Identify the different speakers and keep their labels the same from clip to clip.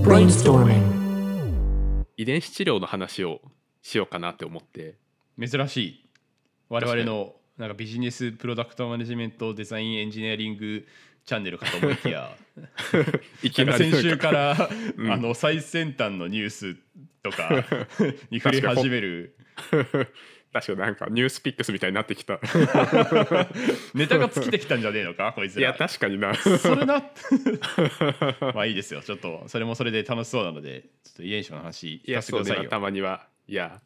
Speaker 1: brainstorming,
Speaker 2: 遺伝子治療の話をしようかなって思って
Speaker 3: 珍しい我々のなんかビジネスプロダクトマネジメントデザインエンジニアリングチャンネルかと思い きや
Speaker 2: いき
Speaker 3: な
Speaker 2: な
Speaker 3: んか
Speaker 2: り
Speaker 3: 先週から
Speaker 2: うん
Speaker 3: あの最先端のニュース とかに触れ始める
Speaker 2: なんか 確かになんかニュースピックスみたいになってきた
Speaker 3: ネタが尽きてきたんじゃねえのかこいつ
Speaker 2: いや
Speaker 3: ら。
Speaker 2: 確かにな
Speaker 3: そ れなまあいいですよちょっとそれもそれで楽しそうなのでちょっと遺伝子の
Speaker 2: い
Speaker 3: 話聞
Speaker 2: や
Speaker 3: かせて
Speaker 2: そう
Speaker 3: ください
Speaker 2: ね
Speaker 3: よ
Speaker 2: たまにはいや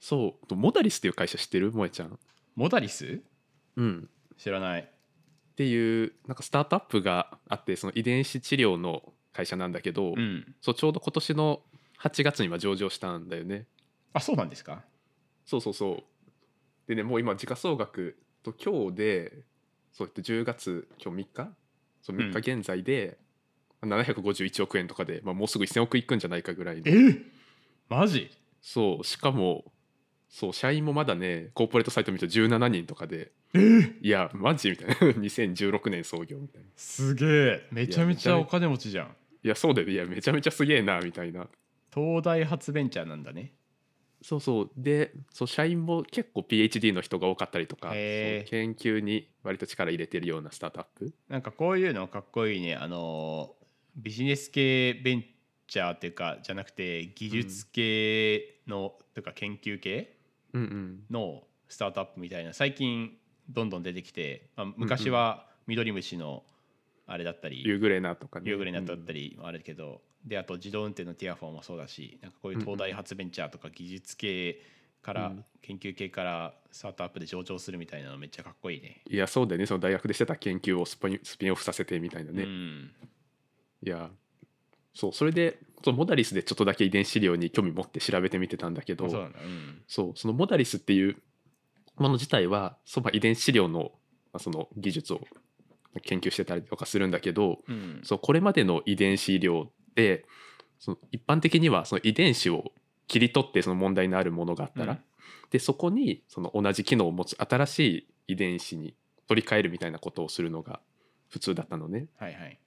Speaker 2: そうモダリスっていう会社知ってる萌ちゃん
Speaker 3: モダリス
Speaker 2: うん
Speaker 3: 知らない
Speaker 2: っていうなんかスタートアップがあってその遺伝子治療の会社なんだけど、
Speaker 3: うん
Speaker 2: そうちょうど今年の8月には上場したんだよね
Speaker 3: あそうなんですか
Speaker 2: そうそうそうでねもう今時価総額と今日でそうやって10月今日3日そう
Speaker 3: うん
Speaker 2: 3日現在で、751億円とかで、まあ、もうすぐ1000億いくんじゃないかぐらいの
Speaker 3: えマジ
Speaker 2: そうしかもそう社員もまだねコーポレートサイト見ると17人とかでいやマジみたいな 2016年創業みたいな
Speaker 3: すげえめちゃめちゃお金持ちじゃん
Speaker 2: いやそうだよねいやめちゃめちゃすげえなみたいな
Speaker 3: 東大発ベンチャーなんだね
Speaker 2: そうそうでそう社員も結構 PhD の人が多かったりとかそう
Speaker 3: へー
Speaker 2: 研究に割と力入れてるようなスタートアップ
Speaker 3: なんかこういうのかっこいいねあのービジネス系ベンチャーっていうかじゃなくて技術系の、とか研究系
Speaker 2: うんうん
Speaker 3: のスタートアップみたいな最近どんどん出てきて、まあ、昔は緑虫のあれだったり、
Speaker 2: 夕暮れなとかね
Speaker 3: 夕暮れになっただったりもあるけど、であと自動運転のティアフォンもそうだしなんかこういう東大発ベンチャーとか技術系から、
Speaker 2: うん
Speaker 3: 研究系からスタートアップで上場するみたいなのめっちゃかっこいいね。
Speaker 2: いやそうだよねその大学でしてた研究をスピンスピンオフさせてみたいなね、
Speaker 3: う
Speaker 2: い
Speaker 3: ん、
Speaker 2: やそうそれでそのモダリスでちょっとだけ遺伝子量に興味持って調べてみてたんだけど
Speaker 3: あそうなんだ、うん
Speaker 2: そうそのモダリスっていうもの自体はそば遺伝子量のまあその技術を研究してたりとかするんだけど、
Speaker 3: うん、
Speaker 2: そうこれまでの遺伝子医療でその一般的にはその遺伝子を切り取ってその問題のあるものがあったら、
Speaker 3: うん
Speaker 2: でそこにその同じ機能を持つ新しい遺伝子に取り替えるみたいなことをするのが普通だったのね。
Speaker 3: はいはい。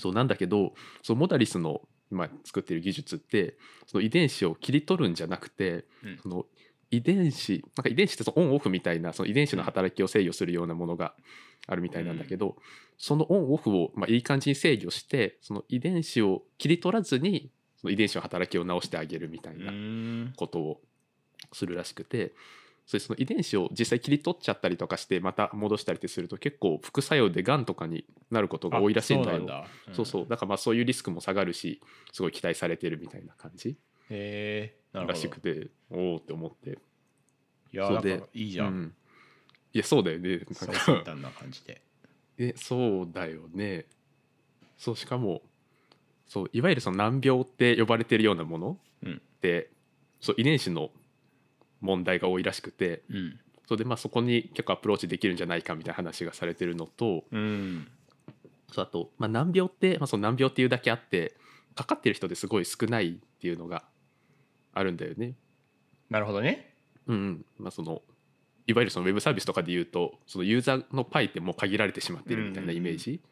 Speaker 2: そうなんだけどそのモダリスの今作ってる技術ってその遺伝子を切り取るんじゃなくて、
Speaker 3: うん
Speaker 2: その遺伝子なんか遺伝子ってそのオンオフみたいなその遺伝子の働きを制御するようなものがあるみたいなんだけど、そのオンオフをまあいい感じに制御してその遺伝子を切り取らずにその遺伝子の働きを直してあげるみたいうな
Speaker 3: ーん
Speaker 2: ことをするらしくて。それでその遺伝子を実際切り取っちゃったりとかしてまた戻したりってすると結構副作用でがんとかになることが多いらしいんだ
Speaker 3: あ
Speaker 2: よ
Speaker 3: そうなんだ。ん
Speaker 2: そうそうだからまあそういうリスクも下がるしすごい期待されてるみたいな感じ
Speaker 3: へえなる
Speaker 2: ら
Speaker 3: ほ
Speaker 2: し
Speaker 3: ど
Speaker 2: く。ておおって思って
Speaker 3: いや
Speaker 2: そう
Speaker 3: なん
Speaker 2: で
Speaker 3: かいい
Speaker 2: い
Speaker 3: じゃ。
Speaker 2: うんん、いやそうだよねなん
Speaker 3: 最
Speaker 2: か
Speaker 3: 先端な感じで。
Speaker 2: えそうだよねそうしかもそういわゆるその難病って呼ばれてるようなもの
Speaker 3: うん
Speaker 2: って、そう遺伝子の問題が多いらしくて
Speaker 3: うん。
Speaker 2: それでまあそこに結構アプローチできるんじゃないかみたいな話がされてるのと、
Speaker 3: うん。
Speaker 2: そうあと、まあ、難病って、まあ、その難病っていうだけあってかかってる人ですごい少ないっていうのがあるんだよね。
Speaker 3: なるほどね。
Speaker 2: うんうんまあ、そのいわゆるそのウェブサービスとかで言うとそのユーザーのパイってもう限られてしまってるみたいなイメージ、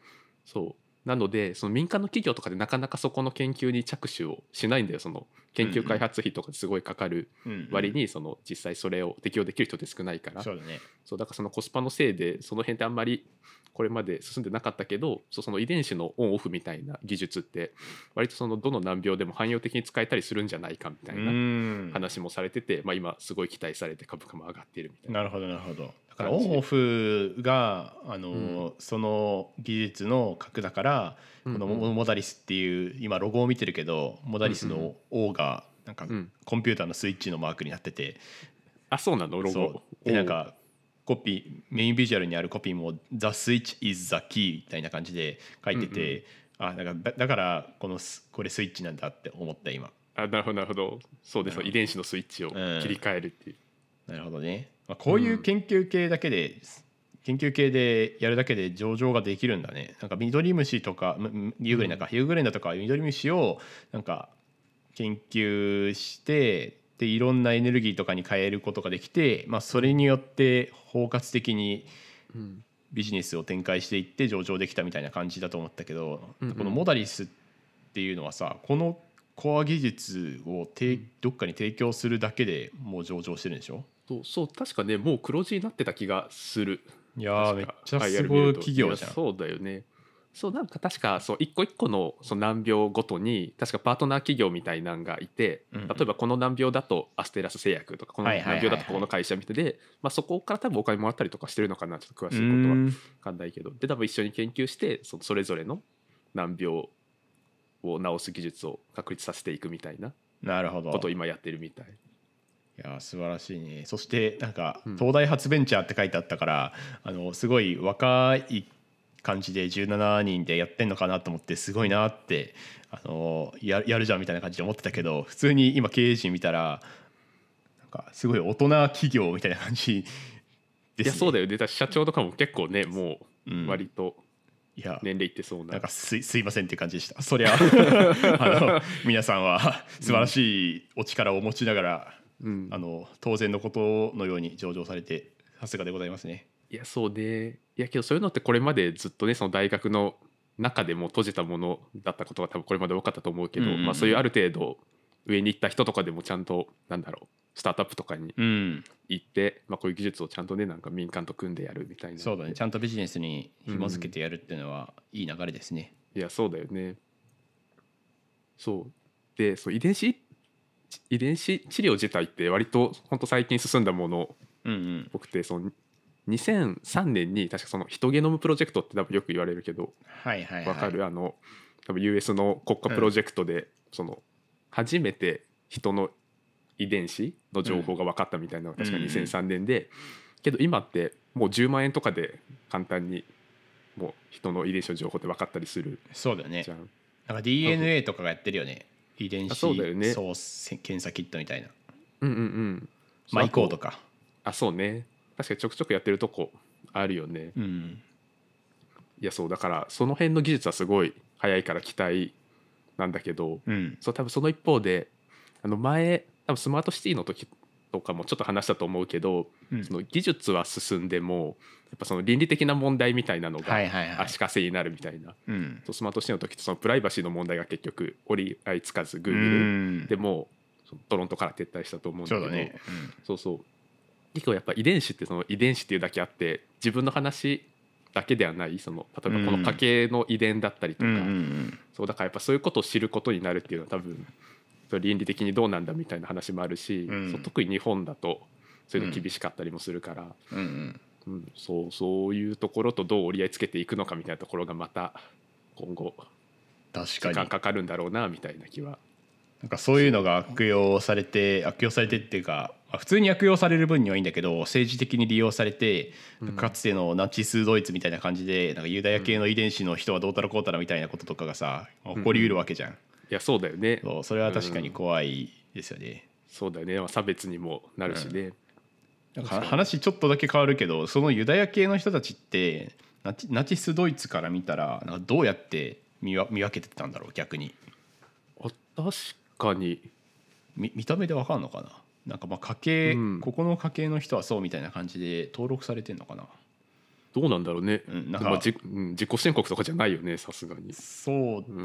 Speaker 2: そうなのでその民間の企業とかでなかなかそこの研究に着手をしないんだよその研究開発費とかすごいかかる
Speaker 3: うん
Speaker 2: 割。にその実際それを適用できる人って少ないから
Speaker 3: そうだね。
Speaker 2: そうだからそのコスパのせいでその辺ってあんまりこれまで進んでなかったけどそうその遺伝子のオンオフみたいな技術って割とそのどの難病でも汎用的に使えたりするんじゃないかみたいうなん話もされてて、まあ、今すごい期待されて株価も上がっているみたいな。
Speaker 3: なるほどなるほどだから
Speaker 2: 感
Speaker 3: オ
Speaker 2: じ
Speaker 3: ンオフがあの、
Speaker 2: う
Speaker 3: その技術の核だから、
Speaker 2: うん
Speaker 3: このモモダリスっていう今ロゴを見てるけどモダリスの O がなんか
Speaker 2: うん
Speaker 3: コンピューターのスイッチのマークになってて、
Speaker 2: あそうなのロ
Speaker 3: そう
Speaker 2: ゴ
Speaker 3: でなんかコピーメインビジュアルにあるコピーも「The switch is the key」みたいな感じで書いてて、あなんかだだからこのスこれスイッチなんだって思った今
Speaker 2: あなるほどなるほどそうです
Speaker 3: なるほど
Speaker 2: 遺伝子のスイッチを切り替えるっていう、
Speaker 3: なるほどね、まあ、こういう研究系だけで、研究系でやるだけで上場ができるんだねなんか緑虫とかむむ夕暮れなか夕暮れなとか緑虫をなんか研究してでいろんなエネルギーとかに変えることができて、まあ、それによって包括的に
Speaker 2: うん
Speaker 3: ビジネスを展開していって上場できたみたいな感じだと思ったけど、
Speaker 2: うんうん
Speaker 3: このモダリスっていうのはさこのコア技術を提どっかに提供するだけでもう上場してるんでしょ
Speaker 2: そうそう確かねもう黒字になってた気がする
Speaker 3: いやーめっちゃ
Speaker 2: 確か
Speaker 3: す
Speaker 2: IR
Speaker 3: ご
Speaker 2: 見
Speaker 3: い
Speaker 2: ると
Speaker 3: 企業じゃ
Speaker 2: いや
Speaker 3: ん。
Speaker 2: そうだよねそうなんか確かそう一個一個のその難病ごとに確かパートナー企業みたいなんがいて、
Speaker 3: うんうん
Speaker 2: 例えばこの難病だとアステラス製薬とかこの
Speaker 3: はい
Speaker 2: 難
Speaker 3: はいはいはい
Speaker 2: 病だとここの会社みたいで、まあ、そこから多分お金もらったりとかしてるのかなちょっと詳しいことは
Speaker 3: う
Speaker 2: 分
Speaker 3: ん
Speaker 2: かんないけどで多分一緒に研究してそのそれぞれの難病を治す技術を確立させていくみたいな
Speaker 3: なるほど。
Speaker 2: ことを
Speaker 3: い
Speaker 2: 今やってるみたい。
Speaker 3: やー素晴らしいね。そしてなんか
Speaker 2: うん
Speaker 3: 東大発ベンチャーって書いてあったから、あのすごい若い感じで17人でやってんのかなと思ってすごいなってあのややるじゃんみたいな感じで思ってたけど普通に今経営陣見たらなんかすごい大人企業みたいな感じです、ね。
Speaker 2: いやそうだよねだから社長とかも結構ねも
Speaker 3: うん
Speaker 2: う割と
Speaker 3: いや
Speaker 2: 年齢いってそうな,、
Speaker 3: なんかすいすいませんっていう感じでした。そ りゃあの皆さんは素晴らしいお力をお持ちながら、
Speaker 2: うん
Speaker 3: あの当然のことのように上場されてさすがでございますね。
Speaker 2: いやそうねいやけどそういうのってこれまでずっとねその大学の中でも閉じたものだったことが多分これまで多かったと思うけど、
Speaker 3: うんうんうん
Speaker 2: まあ、そういうある程度上に行った人とかでもちゃんとなんだろうスタートアップとかに
Speaker 3: うん、
Speaker 2: 行って、まあ、こういう技術をちゃんとねなんか民間と組んでやるみたいな
Speaker 3: そうだね。ちゃんとビジネスに紐付けてやるっていうのはいい流れですね。
Speaker 2: いやそうだよねそうでそう遺伝子遺伝子治療自体って割とほんと最近進んだもの
Speaker 3: うんうん。
Speaker 2: 僕ってその2003年に確かそのヒトゲノムプロジェクトって多分よく言われるけど
Speaker 3: はいはいはい。
Speaker 2: わかる、あの多分 US の国家プロジェクトで、その初めて人の遺伝子の情報が分かったみたいなのが確か
Speaker 3: うんうんうん
Speaker 2: 2003年で、けど今ってもう10万円とかで簡単にもう人の遺伝子の情報って分かったりする
Speaker 3: そうだよね
Speaker 2: じ。ゃん。
Speaker 3: なんか DNA とかがやってるよね。遺伝子
Speaker 2: あそうだよね
Speaker 3: そうせ検査キットみたいな。
Speaker 2: うんうんうん、
Speaker 3: マイコーと
Speaker 2: か
Speaker 3: か。
Speaker 2: あそうね確かにちょくちょくやってるとこあるよね。
Speaker 3: うん。
Speaker 2: いやそうだからその辺の技術はすごい早いから期待なんだけど、
Speaker 3: うん。
Speaker 2: そう多分その一方であの前多分スマートシティの時とかもちょっと話したと思うけど、
Speaker 3: うん
Speaker 2: その技術は進んでもやっぱその倫理的な問題みたいなのが
Speaker 3: はいはいはい
Speaker 2: 足かせになるみたいな、
Speaker 3: うん。
Speaker 2: そうスマートシティの時とそのプライバシーの問題が結局折り合いつかず
Speaker 3: う
Speaker 2: Google
Speaker 3: ん
Speaker 2: でもそのトロントから撤退したと思うんだけ
Speaker 3: そう
Speaker 2: ど
Speaker 3: だね。
Speaker 2: そうそう結構やっぱ遺伝子ってその遺伝子っていうだけあって自分の話だけではないその例えばこの家系の遺伝だったりとか、
Speaker 3: うんうんうん。
Speaker 2: そうだからやっぱそういうことを知ることになるっていうのは多分それ倫理的にどうなんだみたいな話もあるし、
Speaker 3: うん
Speaker 2: そう特に日本だとそういうの厳しかったりもするから、
Speaker 3: うんうん。
Speaker 2: うんそうそういうところとどう折り合いつけていくのかみたいなところがまた今後
Speaker 3: 確
Speaker 2: 時
Speaker 3: かに
Speaker 2: 間かかるんだろうなみたいな気は。
Speaker 3: なんかそういうのが悪用されて悪用されてっていうかまあ普通に悪用される分にはいいんだけど政治的に利用されて
Speaker 2: うん
Speaker 3: かつてのナチスドイツみたいな感じでなんかユダヤ系の遺伝子の人はどうたらこうたらみたいなこととかがさまあ起こりうるわけじゃん、
Speaker 2: いやそうだよね
Speaker 3: そうそれは確かに怖いですよね、
Speaker 2: そうだよねまあ差別にもなるしね。
Speaker 3: なんか話ちょっとだけ変わるけどそのユダヤ系の人たちってナチナチスドイツから見たらなんかどうやって見わ見分けてたんだろう逆に
Speaker 2: あ確かに
Speaker 3: み見た目でわかんのかななんかまあ家系、
Speaker 2: うん
Speaker 3: ここの家系の人はそうみたいな感じで登録されてんのかな
Speaker 2: どうなんだろうね、
Speaker 3: うん
Speaker 2: で
Speaker 3: なん
Speaker 2: も
Speaker 3: か
Speaker 2: まあじうん自己申告とかじゃないよねさすがに。
Speaker 3: そう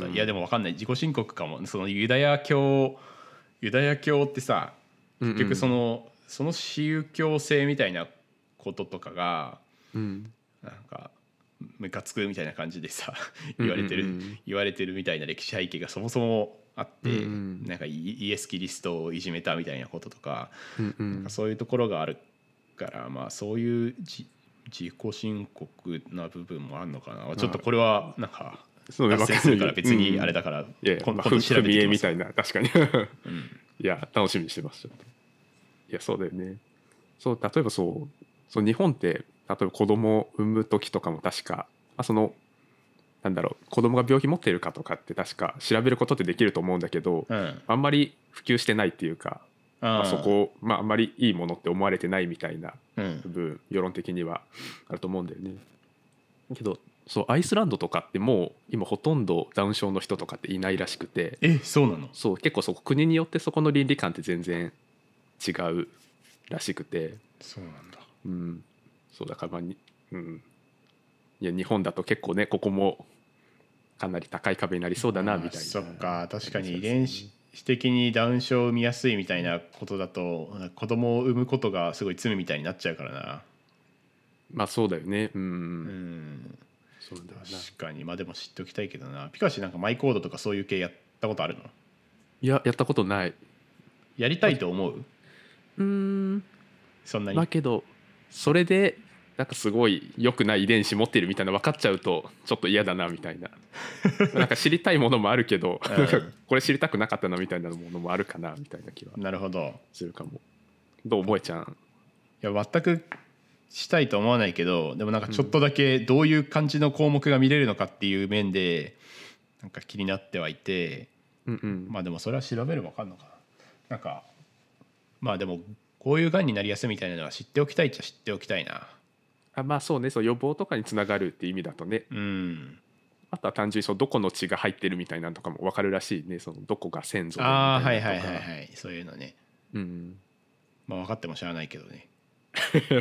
Speaker 3: だ、
Speaker 2: うん
Speaker 3: いやでもわかんない自己申告かもそのユダヤ教ユダヤ教ってさ結局そ
Speaker 2: の、
Speaker 3: の、その宗教性みたいなこととかが
Speaker 2: うん
Speaker 3: なんかムカつくみたいな感じでさ
Speaker 2: うん
Speaker 3: 言われてる、
Speaker 2: うんうん
Speaker 3: 言われてるみたいな歴史背景がそもそもあって、
Speaker 2: うんうん
Speaker 3: なんかイイエス・キリストをいじめたみたいなこととか
Speaker 2: うんうん
Speaker 3: なんかそういうところがあるから、まあ、そういうじ自己申告な部分もあるのかな、ちょっとこれはなんか
Speaker 2: そうね
Speaker 3: 脱線するから別にあれ
Speaker 2: だ、
Speaker 3: だから、
Speaker 2: うんいやいや
Speaker 3: こん
Speaker 2: まあ
Speaker 3: 今度調べ
Speaker 2: 踏
Speaker 3: て
Speaker 2: み絵
Speaker 3: み
Speaker 2: み
Speaker 3: ます
Speaker 2: たいな確かに いや楽しみにしてますちょっといやそうだよねそう例えばそうそう日本って例えば子供を産む時とかも確かあそのなんだろう子供が病気持ってるかとかって確か調べることってできると思うんだけど、
Speaker 3: うん
Speaker 2: あんまり普及してないっていうか、ま
Speaker 3: あ
Speaker 2: あ、そこを、まあ、あんまりいいものって思われてないみたいな
Speaker 3: うん
Speaker 2: 部分世論的にはあると思うんだよね。けどそうアイスランドとかってもう今ほとんどダウン症の人とかっていないらしくて
Speaker 3: えそうなの
Speaker 2: そう結構そこ国によってそこの倫理観って全然違うらしくて、
Speaker 3: そうなんだ
Speaker 2: うん、そうだからまあに、うん、いや日本だと結構ねここもかなり高い壁になりそうだなみたいな。
Speaker 3: そっか確かに遺伝子的にダウン症を見やすいみたいなことだとなんか子供を産むことがすごい罪みたいになっちゃうからな
Speaker 2: まあそうだよね。うん。
Speaker 3: うん
Speaker 2: そうだよな。
Speaker 3: 確かにまあでも知っておきたいけどなピカシなんかマイコードとかそういう系やったことあるの
Speaker 2: いややったことない。
Speaker 3: やりたいと思う
Speaker 2: うん。
Speaker 3: そんなに
Speaker 2: まあけどそれでなんかすごい良くない遺伝子持ってるみたいな分かっちゃうとちょっと嫌だなみた いななんか知りたいものもあるけど、
Speaker 3: うん
Speaker 2: なんか これ知りたくなかったなみたいなものもあるかなみたいな気は
Speaker 3: なるほど
Speaker 2: するかもどう覚えちゃん
Speaker 3: いや全くしたいと思わないけどでもなんかちょっとだけどういう感じの項目が見れるのかっていう面でなんか気になってはいて
Speaker 2: うんうん、
Speaker 3: まあでもそれは調べれば分かんのかななんかまあでもこういうがんになりやすいみたいなのは知っておきたいっちゃ知っておきたいな
Speaker 2: あまあそうねそう予防とかにつながるって意味だとね
Speaker 3: うん
Speaker 2: あとは単純にそのどこの血が入ってるみたいなのとかも分かるらしいねそのどこが先祖でみたいな
Speaker 3: ああ
Speaker 2: のと
Speaker 3: ー
Speaker 2: か
Speaker 3: はいはいはいはいそういうのね
Speaker 2: うん、
Speaker 3: まあ分かっても知らないけどね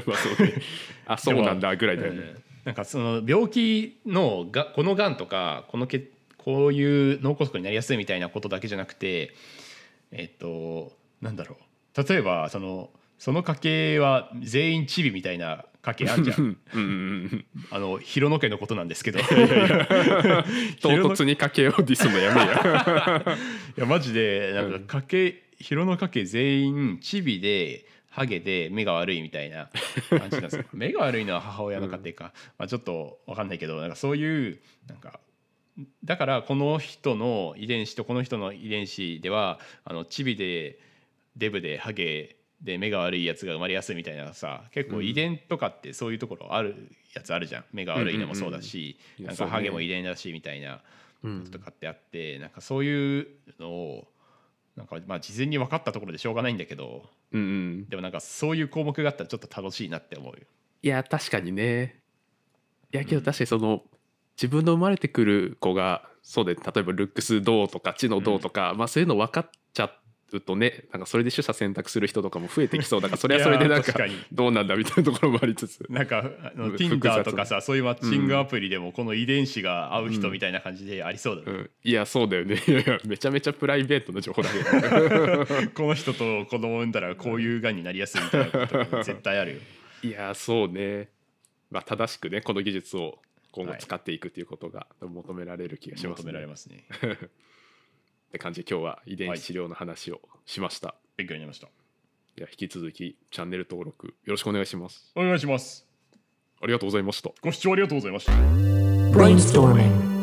Speaker 2: まあそうねあそうなんだぐらいだよね、
Speaker 3: うんなんかその病気のがこのがんとかこのけこういう脳梗塞になりやすいみたいなことだけじゃなくてえっとなんだろう例えばそのその家系は全員チビみたいな家系あんじ ゃ
Speaker 2: うんんうんうんうん
Speaker 3: あの広野家のことなんですけど
Speaker 2: 唐突に家計をディスるのやめや
Speaker 3: いやマジでなんか家系、広野家系全員チビでハゲで目が悪いみたいな感じなん ですよ目が悪いのは母親の家庭か、まあ、ちょっと分かんないけどなんかそういうなんかだからこの人の遺伝子とこの人の遺伝子ではあのチビでデブでハゲで目が悪いやつが生まれやすいみたいなさ結構遺伝とかってそういうところあるやつあるじゃん目が悪いのもそうだし、
Speaker 2: うんうんうんいや
Speaker 3: なん
Speaker 2: そう
Speaker 3: か
Speaker 2: ね
Speaker 3: ハゲも遺伝だしみたいな。
Speaker 2: うん
Speaker 3: とかってあって、なんかそういうのをなんかまあ事前に分かったところでしょうがないんだけど
Speaker 2: うんうん
Speaker 3: でもなんかそういう項目があったらちょっと楽しいなって思うよ。
Speaker 2: いや確かにねいやけ
Speaker 3: う
Speaker 2: ど
Speaker 3: ん
Speaker 2: 確かにその自分の生まれてくる子がそうで例えばルックスどうとか知のどうとか、まあそういうの分かっちゃうとねなんかそれで取捨選択する人とかも増えてきそうだからそれはそれでなんか
Speaker 3: いやー確か
Speaker 2: どうなんだみたいなところもありつつ
Speaker 3: に なんかあの
Speaker 2: 複雑
Speaker 3: Tinder とかさそういうマッチングアプリでもこの遺伝子が合う人みたいな感じでありそうだ
Speaker 2: う
Speaker 3: ね、
Speaker 2: ん、いやそうだよねい やいやめちゃめちゃプライベートな情報だけ ど
Speaker 3: この人と子供産んだらこういうがんになりやすいみたいなこと絶対あ るよ。
Speaker 2: いやそうね、まあ、正しくねこの技術を今後
Speaker 3: はい
Speaker 2: 使っていくということが求められる気がします
Speaker 3: 求
Speaker 2: ね、
Speaker 3: められますね。
Speaker 2: って感じで今日は遺伝子治療の話をしました、
Speaker 3: 勉強になりました。
Speaker 2: では引き続きチャンネル登録よろしくお願いします
Speaker 3: お願いします。
Speaker 2: ありがとうございました
Speaker 3: ご視聴ありがとうございました。
Speaker 1: brainstorming.